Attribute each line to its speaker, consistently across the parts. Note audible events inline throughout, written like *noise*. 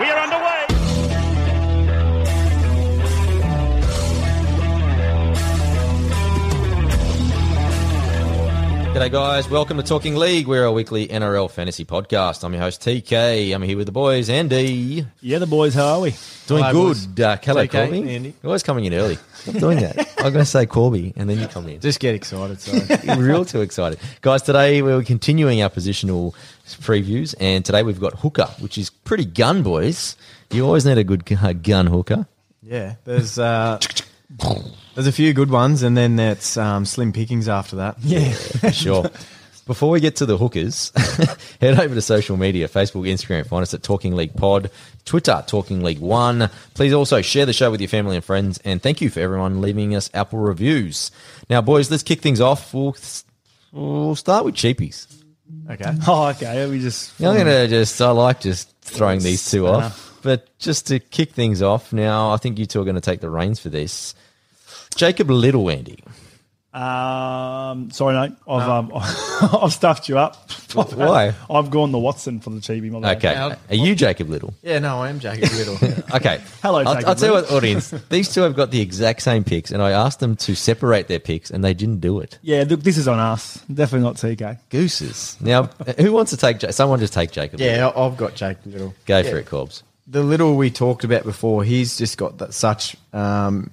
Speaker 1: We are underway.
Speaker 2: G'day, guys. Welcome to Talking League. We're a weekly NRL fantasy podcast. I'm your host, TK. I'm here with the boys, Andy.
Speaker 3: Yeah, the boys, how are we?
Speaker 2: Doing
Speaker 4: Hello,
Speaker 2: good. Uh, hello,
Speaker 4: TK,
Speaker 2: Corby.
Speaker 4: Andy.
Speaker 2: You're always coming in early. Stop doing that. I'm going to say Corby, and then you come in.
Speaker 4: Just get
Speaker 3: *laughs*
Speaker 4: excited, sorry.
Speaker 2: You're real too excited. Guys, today we're continuing our positional previews, and today we've got hooker, which is pretty gun, boys. You always need a good gu- uh, gun hooker.
Speaker 4: yeah, there's uh, there's a few good ones, and then that's um, slim pickings after that.
Speaker 3: Yeah.
Speaker 2: For *laughs* sure. Before we get to the hookers, *laughs* head over to social media Facebook, Instagram, find us at Talking League Pod, Twitter, Talking League One. Please also share the show with your family and friends, and thank you for everyone leaving us Apple reviews. Now, boys, let's kick things off. We'll, we'll start with cheapies.
Speaker 4: Okay.
Speaker 3: *laughs* Oh, okay. We just
Speaker 2: Yeah, I'm gonna just. I like just throwing these two off, but just to kick things off now, I think you two are going to take the reins for this. Jacob Little, Andy.
Speaker 3: um, sorry, mate. I've um, *laughs* I've stuffed you up. I've had-
Speaker 2: Why?
Speaker 3: *laughs* I've gone the Watson from the Chibi. My bad.
Speaker 2: Okay,
Speaker 4: Yeah.
Speaker 2: are you Jacob Little?
Speaker 4: Yeah, no, I am Jacob
Speaker 3: *laughs*
Speaker 4: Little.
Speaker 2: Okay,
Speaker 3: Hello,
Speaker 2: I'll,
Speaker 3: Jacob
Speaker 2: I'll tell you
Speaker 3: *laughs*
Speaker 2: what, audience. These two have got the exact same picks, and I asked them to separate their picks, and they didn't do it.
Speaker 3: Yeah, look, this is on us. Definitely not TK.
Speaker 2: Gooses. Now, who wants to take? Ja- Someone just take Jacob. Little.
Speaker 4: yeah, I- I've got Jacob Little.
Speaker 2: go
Speaker 4: Yeah,
Speaker 2: for it, Corbs.
Speaker 4: The Little we talked about before, he's just got that such um,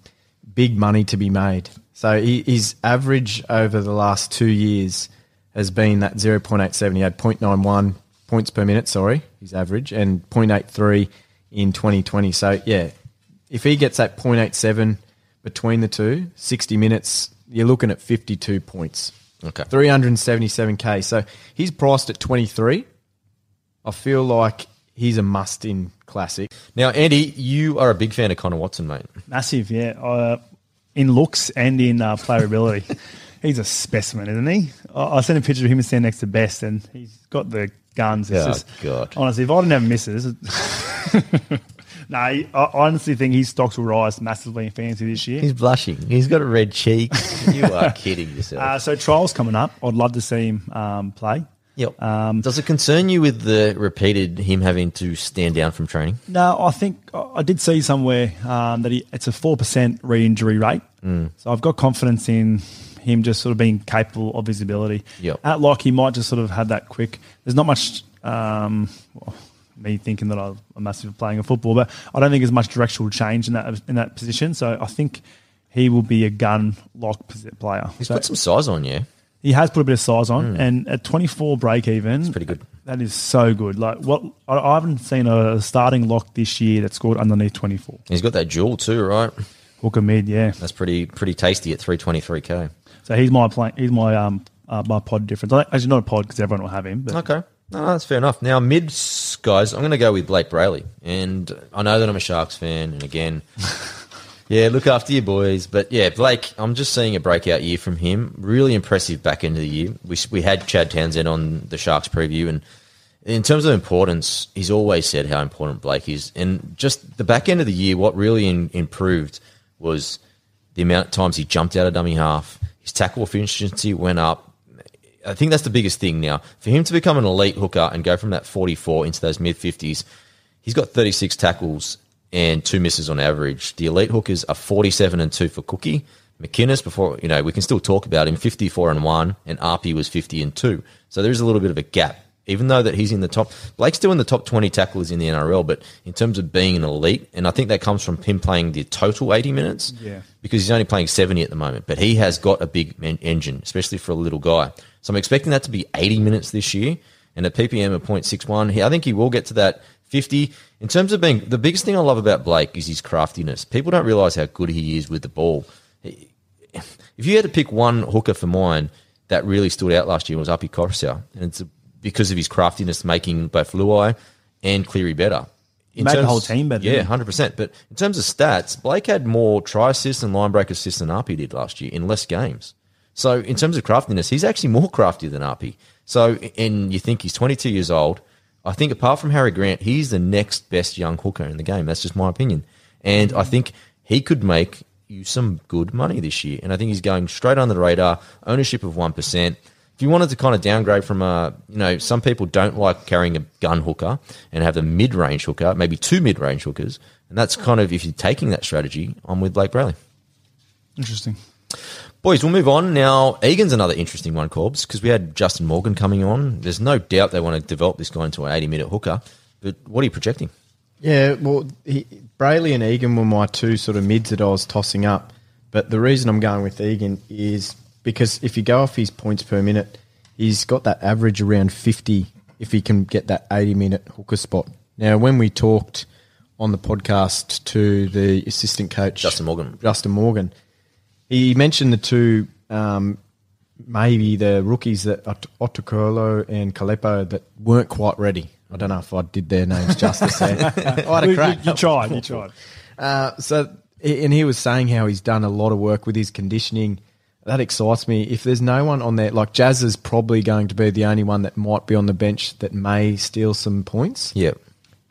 Speaker 4: big money to be made. So he, his average over the last two years has been that 0.87. He had 0.91 points per minute, sorry, his average, and 0.83 in 2020. So, yeah, if he gets that 0.87 between the two, 60 minutes, you're looking at 52 points.
Speaker 2: Okay.
Speaker 4: 377k. So he's priced at 23. I feel like he's a must in classic.
Speaker 2: Now, Andy, you are a big fan of Connor Watson, mate.
Speaker 3: Massive, yeah. Uh, in looks and in uh,
Speaker 2: *laughs*
Speaker 3: playability, he's a specimen, isn't he? I, I sent a picture of him standing next to Best, and he's got the guns. It's
Speaker 2: Oh,
Speaker 3: just,
Speaker 2: God.
Speaker 3: Honestly, if I didn't have misses, *laughs* no, I I honestly think his stocks will rise massively in fantasy this year.
Speaker 2: He's blushing. He's got a red cheek. you
Speaker 3: *laughs*
Speaker 2: are kidding yourself.
Speaker 3: Uh, so trials coming up. I'd love to see him um, play.
Speaker 2: Yep.
Speaker 3: Um,
Speaker 2: Does it concern you with the repeated him having to stand down from training?
Speaker 3: No, I think I I did see somewhere um, that he, it's a four percent re-injury rate.
Speaker 2: Mm.
Speaker 3: So I've got confidence in him just sort of being capable of his ability.
Speaker 2: Yep.
Speaker 3: At lock, he might just sort of have that quick. There's not much. Um, well, me thinking that I'm a massive at playing of football, but I don't think there's much directional change in that in that position. So I think he will be a gun lock posi- player.
Speaker 2: He's
Speaker 3: So-
Speaker 2: put some size on you.
Speaker 3: He has put a bit of size on, and at 24 break even,
Speaker 2: pretty good.
Speaker 3: That is so good. Like what I, I haven't seen a starting lock this year that scored underneath 24.
Speaker 2: He's got that jewel too, right?
Speaker 3: Hooker mid, yeah.
Speaker 2: That's pretty pretty tasty at 323k.
Speaker 3: So he's my play, he's my um uh, my pod difference. I- Actually, not a pod because everyone will have him. But
Speaker 2: Okay. No, that's fair enough. Now, mid guys, I'm going to go with Blake Brayley. And I know that I'm a Sharks fan. And again, yeah, look after your boys. But yeah, Blake, I'm just seeing a breakout year from him. Really impressive back end of the year. We, we had Chad Townsend on the Sharks preview. And in terms of importance, he's always said how important Blake is. And just the back end of the year, what really in, improved was the amount of times he jumped out of dummy half. His tackle efficiency went up. I think that's the biggest thing now. For him to become an elite hooker and go from that 44 into those mid 50s, he's got 36 tackles and two misses on average. The elite hookers are 47 and 2 for Cookie. McInnes, before, you know, we can still talk about him, 54 and 1, and RP was 50 and 2. So there is a little bit of a gap. Even though that he's in the top, Blake's still in the top 20 tacklers in the NRL, but in terms of being an elite, and I think that comes from him playing the total 80 minutes
Speaker 3: Yeah.
Speaker 2: because he's only playing 70 at the moment, but he has got a big men- engine, especially for a little guy. So I'm expecting that to be 80 minutes this year and a PPM of 0.61. He, I think he will get to that 50. In terms of being the biggest thing I love about Blake is his craftiness. People don't realize how good he is with the ball. He- if you had to pick one hooker for mine that really stood out last year was Api Corsia, and it's because of his craftiness making both Luai and Cleary better. In
Speaker 3: Made the whole team better,
Speaker 2: Yeah,
Speaker 3: didn't he?
Speaker 2: hundred percent. But in terms of stats, Blake had more try assists and line break assists than RP did last year in less games. So in terms of craftiness, he's actually more crafty than RP. So and you think he's twenty two years old. I think apart from Harry Grant, he's the next best young hooker in the game. That's just my opinion. And I think he could make you some good money this year. And I think he's going straight under the radar, ownership of one percent. if you wanted to kind of downgrade from a, you know, some people don't like carrying a gun hooker and have a mid range hooker, maybe two mid range hookers. And that's kind of, if you're taking that strategy, I'm with Blake Brayley.
Speaker 3: Interesting.
Speaker 2: Boys, we'll move on. Now, Egan's another interesting one, Corbs, because we had Justin Morgan coming on. There's no doubt they want to develop this guy into an 80 minute hooker. But what are you projecting?
Speaker 4: Yeah, well, he, Brayley and Egan were my two sort of mids that I was tossing up. But the reason I'm going with Egan is because if you go off his points per minute, he's got that average around 50 if he can get that 80 minute hooker spot. Now, when we talked on the podcast to the assistant coach,
Speaker 2: Justin Morgan.
Speaker 4: Justin Morgan, he mentioned the two, um, maybe the rookies that Ot- Otokolo and Kalepo that weren't quite ready. I don't know if I did their names
Speaker 3: *laughs*
Speaker 4: justice there. I had
Speaker 3: You,
Speaker 4: a
Speaker 3: you-
Speaker 4: crack.
Speaker 3: you tried. You tried.
Speaker 4: Uh, so, and he was saying how he's done a lot of work with his conditioning. That excites me. If there's no one on there, like Jazz is probably going to be the only one that might be on the bench that may steal some points.
Speaker 2: Yeah.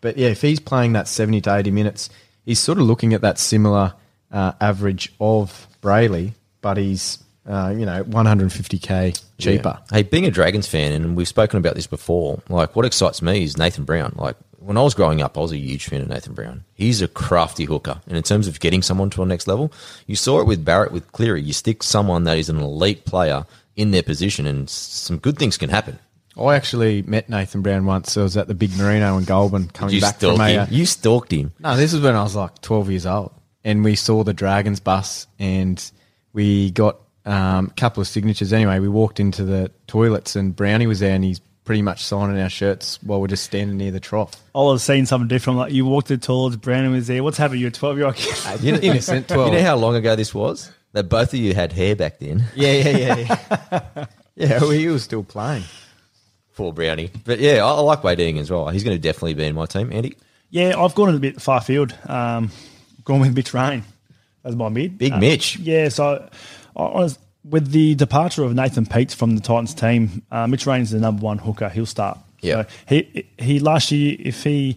Speaker 4: But yeah, if he's playing that 70 to 80 minutes, he's sort of looking at that similar uh, average of Brayley, but he's, uh, you know, 150K cheaper.
Speaker 2: Yeah. Hey, being a Dragons fan, and we've spoken about this before, like what excites me is Nathan Brown. Like when I was growing up, I was a huge fan of Nathan Brown. He's a crafty hooker. And in terms of getting someone to a next level, you saw it with Barrett, with Cleary. You stick someone that is an elite player in their position, and s- some good things can happen.
Speaker 4: I actually met Nathan Brown once. I was at the Big Merino in Goulburn coming
Speaker 2: You
Speaker 4: back
Speaker 2: stalked
Speaker 4: from a, uh,
Speaker 2: him. You stalked him.
Speaker 4: No, this was when I was like 12 years old, and we saw the Dragons bus, and we got um, a couple of signatures. Anyway, we walked into the toilets, and Brownie was there, and he's pretty much signing our shirts while we're just standing near the
Speaker 2: *laughs*
Speaker 4: trough.
Speaker 3: I'll have seen something different. Like you walked the toilets, Brandon was there. What's happened? You're a 12 year old kid.
Speaker 4: You innocent
Speaker 2: You
Speaker 4: 12.
Speaker 2: know how long ago this was? That both of you had hair back then.
Speaker 4: yeah, yeah, yeah, yeah. *laughs* yeah, well, he was still playing.
Speaker 2: *laughs* Poor Brownie. But yeah, I, I like Wade Egan as well. He's going to definitely be in my team, Andy.
Speaker 3: Yeah, I've gone a bit far field. Um, gone with Mitch Rain as my mid.
Speaker 2: Big
Speaker 3: Uh,
Speaker 2: Mitch.
Speaker 3: Yeah, so I, I was, with the departure of Nathan Peets from the Titans team, uh, Mitch Rain is the number one hooker. He'll start.
Speaker 2: Yeah.
Speaker 3: So he he last year, if he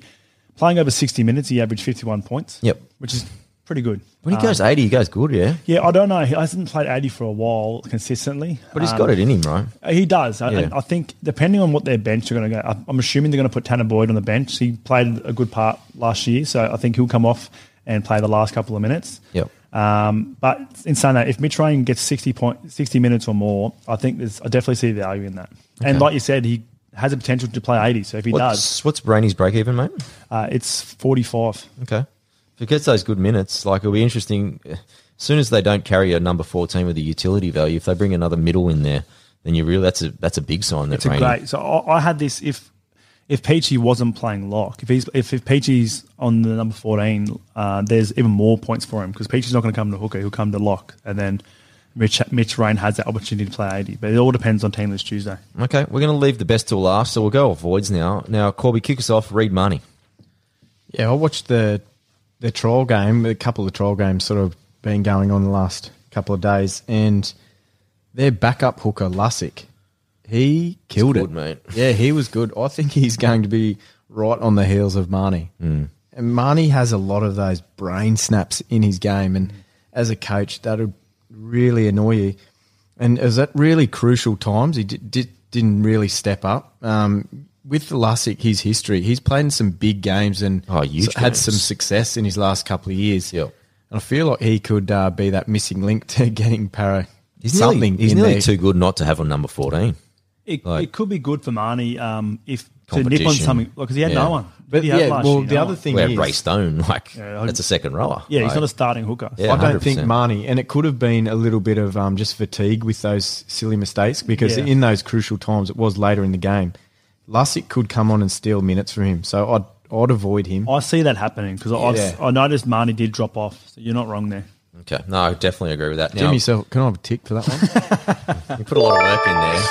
Speaker 3: playing over sixty minutes, he averaged fifty one points.
Speaker 2: Yep.
Speaker 3: which is pretty good.
Speaker 2: When
Speaker 4: Um,
Speaker 2: he goes 80, he goes good, yeah.
Speaker 3: Yeah, I don't know. He hasn't played eighty for a while consistently,
Speaker 2: But he's
Speaker 3: Um,
Speaker 2: got it in him, right?
Speaker 3: He does. I,
Speaker 2: Yeah.
Speaker 3: I think depending on what their bench are going to go, I- I'm assuming they're going to put Tanner Boyd on the bench. He played a good part last year, so I think he'll come off and play the last couple of minutes.
Speaker 2: Yep.
Speaker 3: Um, but in saying that, if Mitrain gets 60, point, 60 minutes or more, I think there's I definitely see value in that. And like you said, he has the potential to play 80. So if he does,
Speaker 2: What's, what's Brainy's break even, mate?
Speaker 3: uh, it's 45.
Speaker 2: Okay. If he gets those good minutes, like it'll be interesting. As soon as they don't carry a number 14 with a utility value, if they bring another middle in there, then you really that's a that's a big sign that
Speaker 3: It's a
Speaker 2: Brainy-
Speaker 3: great. So I, I had this if if Peachy wasn't playing lock, if he's if, if Peachy's on the number fourteen, uh, there's even more points for him because Peachy's not going to come to hooker; he'll come to lock, and then Mitch Mitch Rain has that opportunity to play eighty. But it all depends on teamless Tuesday.
Speaker 2: Okay, we're going to leave the best till last, so we'll go off voids now. Now, Corby, kick us off. Read money.
Speaker 4: Yeah, I watched the the trial game, a couple of trial games sort of been going on the last couple of days, and their backup hooker Lusick, he killed
Speaker 2: good,
Speaker 4: it,
Speaker 2: mate.
Speaker 4: *laughs* Yeah, he was good. I think he's going to be right on the heels of Marnie,
Speaker 2: Mm.
Speaker 4: and Marnie has a lot of those brain snaps in his game, and as a coach, that would really annoy you. And it was at really crucial times. He did, did, didn't really step up. Um, with Lusick, his history, he's played in some big games and
Speaker 2: Oh, huge
Speaker 4: had
Speaker 2: games.
Speaker 4: some success in his last couple of years.
Speaker 2: Yep.
Speaker 4: And I feel like he could uh, be that missing link to *laughs* getting para
Speaker 2: He's
Speaker 4: something.
Speaker 2: nearly, he's
Speaker 4: in
Speaker 2: nearly
Speaker 4: there.
Speaker 2: too good not to have on number 14.
Speaker 3: It,
Speaker 2: Like-
Speaker 3: it could be good for Marnie um, if to nip on
Speaker 2: Competition.
Speaker 3: something because he had
Speaker 2: Yeah.
Speaker 3: no one.
Speaker 4: But
Speaker 3: He had
Speaker 4: yeah,
Speaker 3: last
Speaker 4: well,
Speaker 3: year,
Speaker 4: the
Speaker 3: no
Speaker 4: other
Speaker 3: one.
Speaker 4: thing
Speaker 2: We have
Speaker 4: is,
Speaker 2: Ray Stone, *laughs* like
Speaker 3: Yeah, I-
Speaker 2: that's a second rower.
Speaker 3: yeah, he's
Speaker 2: Like,
Speaker 3: not a starting hooker.
Speaker 2: Yeah.
Speaker 4: I don't think
Speaker 2: 100%.
Speaker 4: Marnie, and it could have been a little bit of um, just fatigue with those silly mistakes because
Speaker 3: Yeah.
Speaker 4: in those crucial times, it was later in the game. Lusick could come on and steal minutes from him, so I'd I'd avoid him.
Speaker 3: I see that happening because
Speaker 4: Yeah.
Speaker 3: I noticed Marnie did drop off. So you're not wrong there.
Speaker 2: Okay, no, I definitely agree with that. Now,
Speaker 4: Jimmy, so can I have a tick for that one?
Speaker 2: You put a lot of work in there.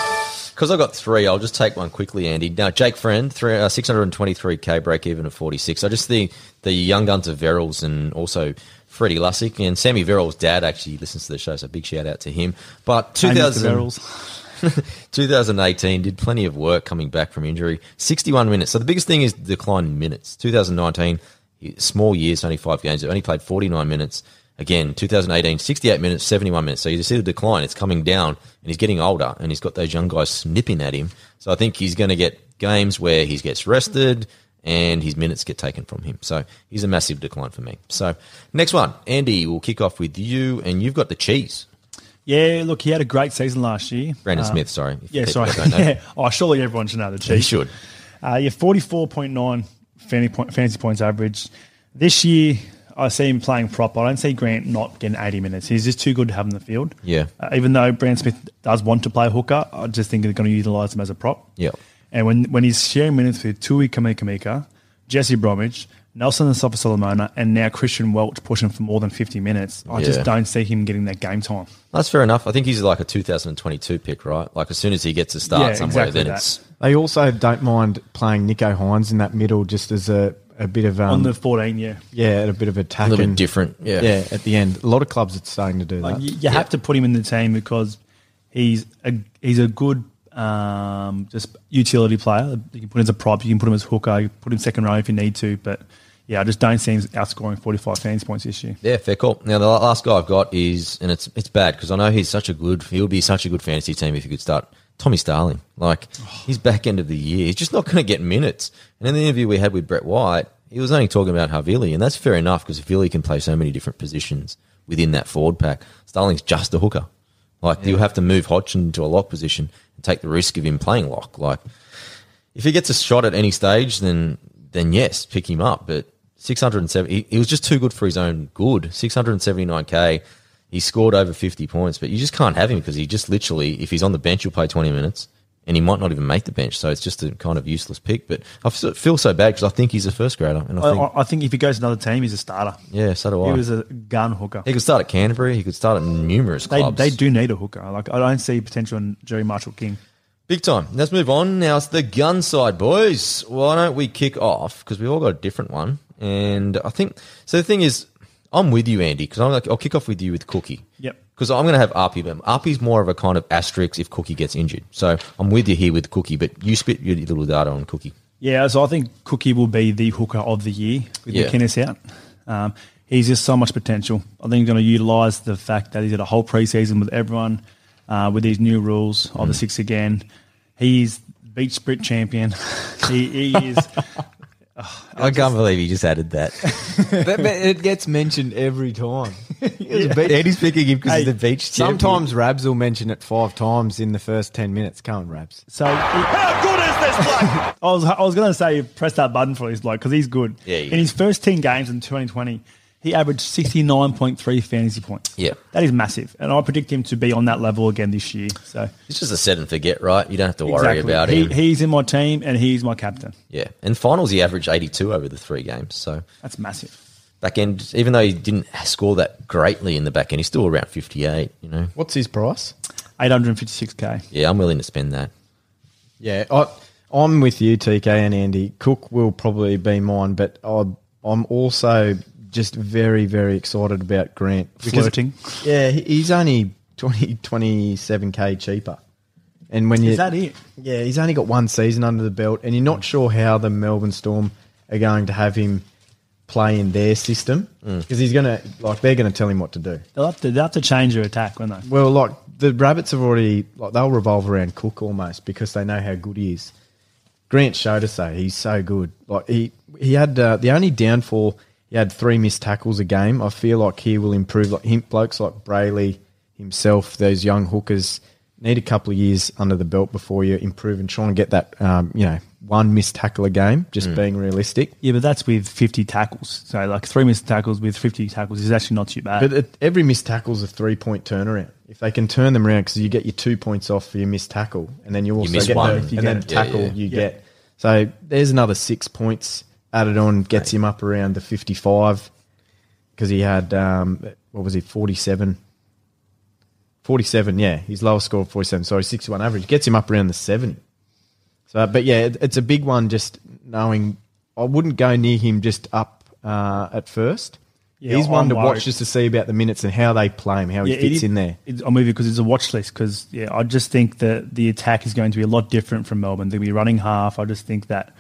Speaker 2: Because I've got three, I'll just take one quickly, Andy. Now, Jake Friend, three, uh, 623k break even at 46. I just think the young guns of Verrills and also Freddie Lussick and Sammy Verrills' dad actually listens to the show, so big shout out to him. But
Speaker 3: Same as
Speaker 2: 2000,
Speaker 3: the Verrills.
Speaker 2: 2018 did plenty of work coming back from injury, 61 minutes. So the biggest thing is the decline in minutes. 2019, he- small years, only five games, only played 49 minutes. Again, 2018, 68 minutes, 71 minutes. So you see the decline. It's coming down, and he's getting older, and he's got those young guys snipping at him. So I think he's going to get games where he gets rested and his minutes get taken from him. So he's a massive decline for me. So next one, Andy, we'll kick off with you, and you've got the cheese.
Speaker 3: Yeah, look, he had a great season last year.
Speaker 2: Brandon
Speaker 3: Uh,
Speaker 2: Smith, sorry. if
Speaker 3: Yeah,
Speaker 2: people
Speaker 3: sorry.
Speaker 2: don't
Speaker 3: *laughs*
Speaker 2: know.
Speaker 3: yeah. Oh, surely everyone should know the
Speaker 2: He
Speaker 3: Chiefs.
Speaker 2: should.
Speaker 3: Uh, yeah, 44.9 fantasy, point, fantasy points average. This year, I see him playing prop. I don't see Grant not getting 80 minutes. He's just too good to have in the field.
Speaker 2: Yeah.
Speaker 3: Uh, even though Brand Smith does want to play hooker, I just think they're going to utilize him as a prop.
Speaker 2: Yeah.
Speaker 3: And when, when he's sharing minutes with Tui Kamikamika, Jesse Bromwich, Nelson and Sofa Solomona, and now Christian Welch pushing for more than 50 minutes, I
Speaker 2: Yeah.
Speaker 3: just don't see him getting that game time.
Speaker 2: That's fair enough. I think he's like a 2022 pick, right? Like as soon as he gets a start
Speaker 3: Yeah,
Speaker 2: somewhere,
Speaker 3: exactly
Speaker 2: then
Speaker 3: that.
Speaker 2: it's
Speaker 4: *laughs* They also don't mind playing Nico Hines in that middle just as a, a bit of um,
Speaker 3: On the 14, yeah.
Speaker 4: yeah, a bit of attack.
Speaker 2: a little bit
Speaker 4: and-
Speaker 2: different. Yeah.
Speaker 4: Yeah, at the end. A lot of clubs are starting to do
Speaker 3: Like
Speaker 4: that.
Speaker 3: you, you have to put him in the team because he's a he's a good um, just utility player. You can put him as a prop, you can put him as hooker, you can put him second row if you need to. But yeah, I just don't see him outscoring forty five fantasy points this year.
Speaker 2: Yeah, fair call. Now the la- last guy I've got is, and it's it's bad because I know he's such a good. He would be such a good fantasy team if he could start. Tommy Starling,
Speaker 3: *sighs*
Speaker 2: like his back end of the year, he's just not going to get minutes. And in the interview we had with Brett White, he was only talking about Havili, and that's fair enough because Havili can play so many different positions within that forward pack. Starling's just a hooker. Like you have to move Hodgson to a lock position and take the risk of him playing lock. Like if he gets a shot at any stage, then then yes, pick him up. But 670, he, he was just too good for his own good. 679k, he scored over 50 points, but you just can't have him because he just literally, if he's on the bench, you'll play 20 minutes, and he might not even make the bench. So it's just a kind of useless pick. But I feel feel so bad because I think he's a first grader, and I
Speaker 3: I,
Speaker 2: think
Speaker 3: I, I think if he goes to another team, he's a starter.
Speaker 2: yeah, so do I.
Speaker 3: He
Speaker 2: He,
Speaker 3: was a gun hooker.
Speaker 2: could start at Canterbury. He could start at numerous
Speaker 3: They,
Speaker 2: clubs.
Speaker 3: they do need a hooker. Like I don't see potential in Jerry Marshall King.
Speaker 2: Big time. Let's move on. Now it's the gun side, boys. Why don't we kick off? Because we've all got a different one. And I think so. The thing is, I'm with you, Andy, because I'm like, I'll kick off with you with Cookie.
Speaker 3: Yep.
Speaker 2: Because I'm going to have RP, but RP's more of a kind of asterisk if Cookie gets injured. So I'm with you here with Cookie, but you spit your little data on Cookie.
Speaker 3: Yeah, so I think Cookie will be the hooker of the year with
Speaker 2: Yeah.
Speaker 3: McInnes out. Um, he's just so much potential. I think he's going to utilise the fact that he's had a whole preseason with everyone uh, with these new rules of the
Speaker 2: Mm.
Speaker 3: six again. He's beach sprint champion. *laughs* he, he is.
Speaker 2: I can't believe you just added that.
Speaker 4: But- but it gets mentioned every *laughs* time.
Speaker 2: Andy's picking him because
Speaker 3: he's the
Speaker 2: beach.
Speaker 4: Sometimes Rabs will mention it five times in the first 10 minutes. Come on, Rabs.
Speaker 3: So he-
Speaker 1: *laughs* How good is this bloke?
Speaker 3: *laughs* I was I was going to say press that button for this bloke because he's good.
Speaker 2: Yeah, he
Speaker 3: in
Speaker 2: is.
Speaker 3: his first ten games in 2020, he averaged 69.3 fantasy points.
Speaker 2: *laughs* Yeah.
Speaker 3: that is massive, and I predict him to be on that level again this year. So
Speaker 2: it's just a set and forget, right? You don't have to worry about
Speaker 3: he,
Speaker 2: him.
Speaker 3: He's in my team and he's my captain.
Speaker 2: yeah. And finals, he averaged 82 over the three games. So
Speaker 3: That's massive.
Speaker 2: back end, even though he didn't score that greatly in the back end, he's still around 58, you know.
Speaker 4: What's his price?
Speaker 3: 856k.
Speaker 2: Yeah, I'm willing to spend that.
Speaker 4: Yeah, I, I'm with you, TK and Andy. Cook will probably be mine, but I, I'm also just very, very excited about Grant. Because-
Speaker 3: Flirting.
Speaker 4: Yeah, he- he's only 20, 27k cheaper. And when you,
Speaker 3: Is that it?
Speaker 4: Yeah, he's only got one season under the belt, and you're not sure how the Melbourne Storm are going to have him play in their system because he's going to like they're going to tell him what to do.
Speaker 3: They'll have to, they'll have to change their attack, won't they?
Speaker 4: Well, like the rabbits have already like they'll revolve around Cook almost because they know how good he is. Grant showed us though he's so good. Like he he had uh, the only downfall he had three missed tackles a game. I feel like he will improve. Like him, blokes like Brayley himself, those young hookers need a couple of years under the belt before you improve and try and get that um, you know one missed tackle a game. Just being realistic.
Speaker 3: Yeah, but that's with 50 tackles. So, like, three missed tackles with 50 tackles is actually not too bad.
Speaker 4: But it, every missed tackle's a three point turnaround. If they can turn them around, because you get your two points off for your missed tackle, and then you also
Speaker 2: miss
Speaker 4: get
Speaker 2: one.
Speaker 4: the,
Speaker 2: If
Speaker 4: and
Speaker 2: you
Speaker 3: get
Speaker 4: then
Speaker 3: it.
Speaker 2: Yeah,
Speaker 4: tackle
Speaker 2: yeah.
Speaker 4: you
Speaker 3: Yeah.
Speaker 4: get. So there's another six points added on, gets him up around the 55 because he had um, what was he 47. 47, yeah, his lowest score of 47. Sorry, 61 average gets him up around the 70. So, but yeah, it, it's a big one. Just knowing, I wouldn't go near him just up uh, at first.
Speaker 3: Yeah,
Speaker 4: He's one
Speaker 3: I'm
Speaker 4: to
Speaker 3: worried.
Speaker 4: watch just to see about the minutes and how they play him, how
Speaker 3: yeah,
Speaker 4: he fits
Speaker 3: it-
Speaker 4: in there.
Speaker 3: It's, I'm with you because it's a watch list. Because yeah, I just think that the attack is going to be a lot different from Melbourne. They'll be running half. I just think that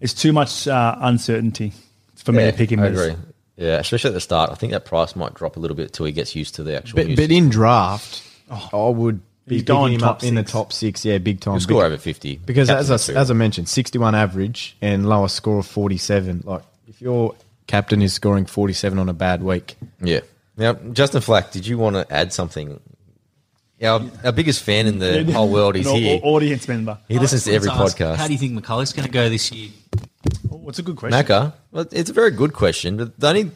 Speaker 3: it's too much uh, uncertainty for me
Speaker 2: Yeah,
Speaker 3: to pick him.
Speaker 2: I
Speaker 3: as-
Speaker 2: agree. Yeah, especially at the start. I think that price might drop a little bit till he gets used to the actual.
Speaker 4: But,
Speaker 2: new
Speaker 4: but
Speaker 2: system.
Speaker 4: in draft,
Speaker 2: Oh,
Speaker 4: I would be
Speaker 3: He's
Speaker 4: picking
Speaker 3: going
Speaker 4: him
Speaker 3: top
Speaker 4: up in the
Speaker 3: six.
Speaker 4: top six. Yeah, big time.
Speaker 2: He'll score
Speaker 4: Bec-
Speaker 2: over fifty
Speaker 4: Because
Speaker 2: Captain
Speaker 4: as I,
Speaker 2: material.
Speaker 4: as I mentioned, 61 average and lowest score of 47. Like if your captain is scoring 47 on a bad week,
Speaker 2: yeah. Now, Justin Flack, did you want to add something? Our, our biggest fan in the whole
Speaker 3: *laughs*
Speaker 2: world is
Speaker 3: An au-
Speaker 2: here.
Speaker 3: Audience member.
Speaker 2: He listens to every
Speaker 5: Let's ask, How do
Speaker 2: podcast.
Speaker 5: you think McCullough's going to go this year?
Speaker 3: Oh, it's a good question.
Speaker 2: Macca, well, it's a very good question. But the only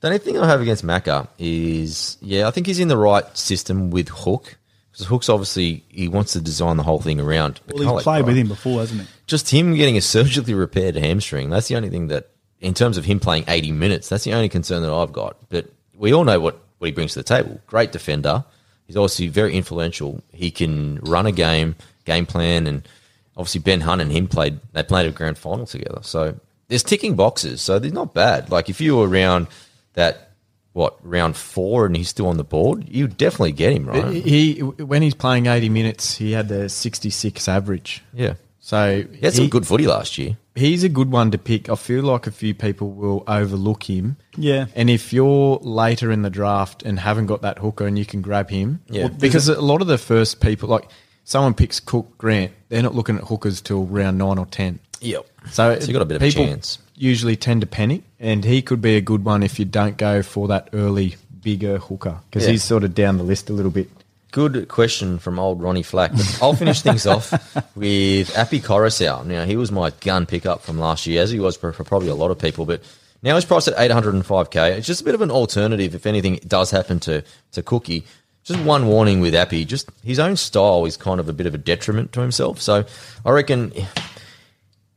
Speaker 2: the only thing I have against Macca is, yeah, I think he's in the right system with Hook because Hook's obviously he wants to design the whole thing around.
Speaker 3: Well,
Speaker 2: McCulloch,
Speaker 3: he's played
Speaker 2: right?
Speaker 3: with him before, hasn't he?
Speaker 2: just him getting a surgically repaired hamstring. That's the only thing that, in terms of him playing 80 minutes, that's the only concern that I've got. But we all know what, what he brings to the table. Great defender. He's obviously very influential. He can run a game, game plan, and obviously Ben Hunt and him played, they played a grand final together. So there's ticking boxes. So they're not bad. Like if you were around that, what, round four and he's still on the board, you definitely get him, right?
Speaker 4: he when he's playing 80 minutes, he had the 66 average.
Speaker 2: yeah.
Speaker 4: So
Speaker 2: He had some good footy last year.
Speaker 4: he's a good one to pick. I feel like a few people will overlook him.
Speaker 3: Yeah.
Speaker 4: And if you're later in the draft and haven't got that hooker and you can grab him,
Speaker 2: Yeah.
Speaker 4: because a lot of the first people, like someone picks Cook Grant, they're not looking at hookers till round nine or 10.
Speaker 2: Yep.
Speaker 4: So,
Speaker 2: So you got a bit of a
Speaker 4: people
Speaker 2: chance.
Speaker 4: usually tend to panic, and he could be a good one if you don't go for that early, bigger hooker because
Speaker 2: Yeah.
Speaker 4: he's sort of down the list a little bit.
Speaker 2: Good question from old Ronnie Flack. But I'll finish things off with Appy Coruscant. Now, he was my gun pickup from last year, as he was for, for probably a lot of people, but now he's priced at 805k. It's just a bit of an alternative if anything does happen to, to Cookie. Just one warning with Appy, just his own style is kind of a bit of a detriment to himself. So I reckon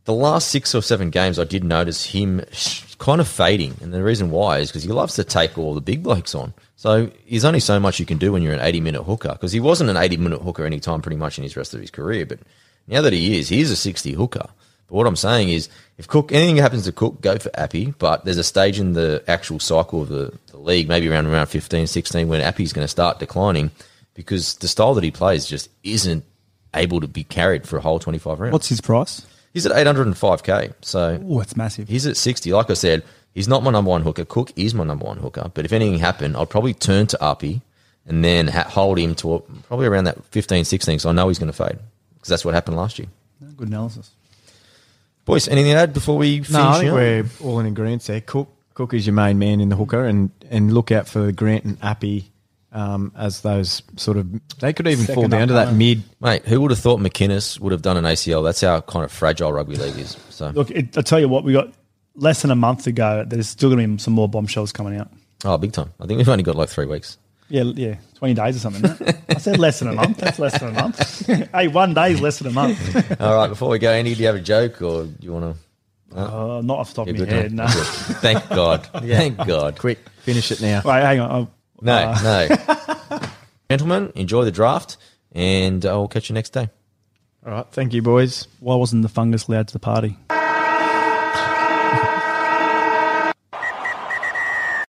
Speaker 2: the last six or seven games, I did notice him sh- kind of fading, and the reason why is because he loves to take all the big blokes on. So there's only so much you can do when you're an 80 minute hooker, because he wasn't an 80 minute hooker any time pretty much in his rest of his career. But now that he is, he is a 60 hooker. But what I'm saying is, if Cook anything happens to Cook, go for Appy. But there's a stage in the actual cycle of the, the league, maybe around around 15, 16, when Appy's going to start declining because the style that he plays just isn't able to be carried for a whole 25 rounds.
Speaker 3: What's his price?
Speaker 2: He's at 805k. So
Speaker 3: Oh, it's massive.
Speaker 2: he's at 60. Like I said, he's not my number one hooker. Cook is my number one hooker. But if anything happened, I'd probably turn to Uppy and then ha- hold him to a, probably around that 15, 16. So I know he's going to fade because that's what happened last year.
Speaker 3: Good analysis.
Speaker 2: Boys, anything to add before we finish?
Speaker 4: No, I think
Speaker 2: up?
Speaker 4: we're all in agreement there. Cook Cook is your main man in the hooker, and and look out for Grant and Appy um, as those sort of they could even
Speaker 3: Second
Speaker 4: fall down
Speaker 3: up
Speaker 4: to that
Speaker 3: line.
Speaker 4: mid.
Speaker 2: Mate, who would have thought McInnes would have done an ACL? That's how kind of fragile rugby league is. So,
Speaker 3: Look, it, I tell you what, we got less than a month ago. There's still going to be some more bombshells coming out.
Speaker 2: oh, big time. I think we've only got like three weeks. *laughs*
Speaker 3: Yeah, yeah, twenty days or something. isn't it? I said less than a month. That's less than a *laughs* month. hey, one day is less than a month.
Speaker 2: All right, before we go, Andy, do you have a joke or do you want to?
Speaker 3: Uh, not off the top of my
Speaker 2: good
Speaker 3: head.
Speaker 2: one.
Speaker 3: No.
Speaker 2: Good. Thank
Speaker 4: *laughs*
Speaker 2: God. Thank God.
Speaker 4: Quick, finish it now.
Speaker 3: Wait, hang on. oh, I'll-
Speaker 2: No, no. Gentlemen, enjoy the draft, and I'll catch you next day.
Speaker 4: All right, thank you, boys.
Speaker 3: why wasn't the fungus allowed to the party?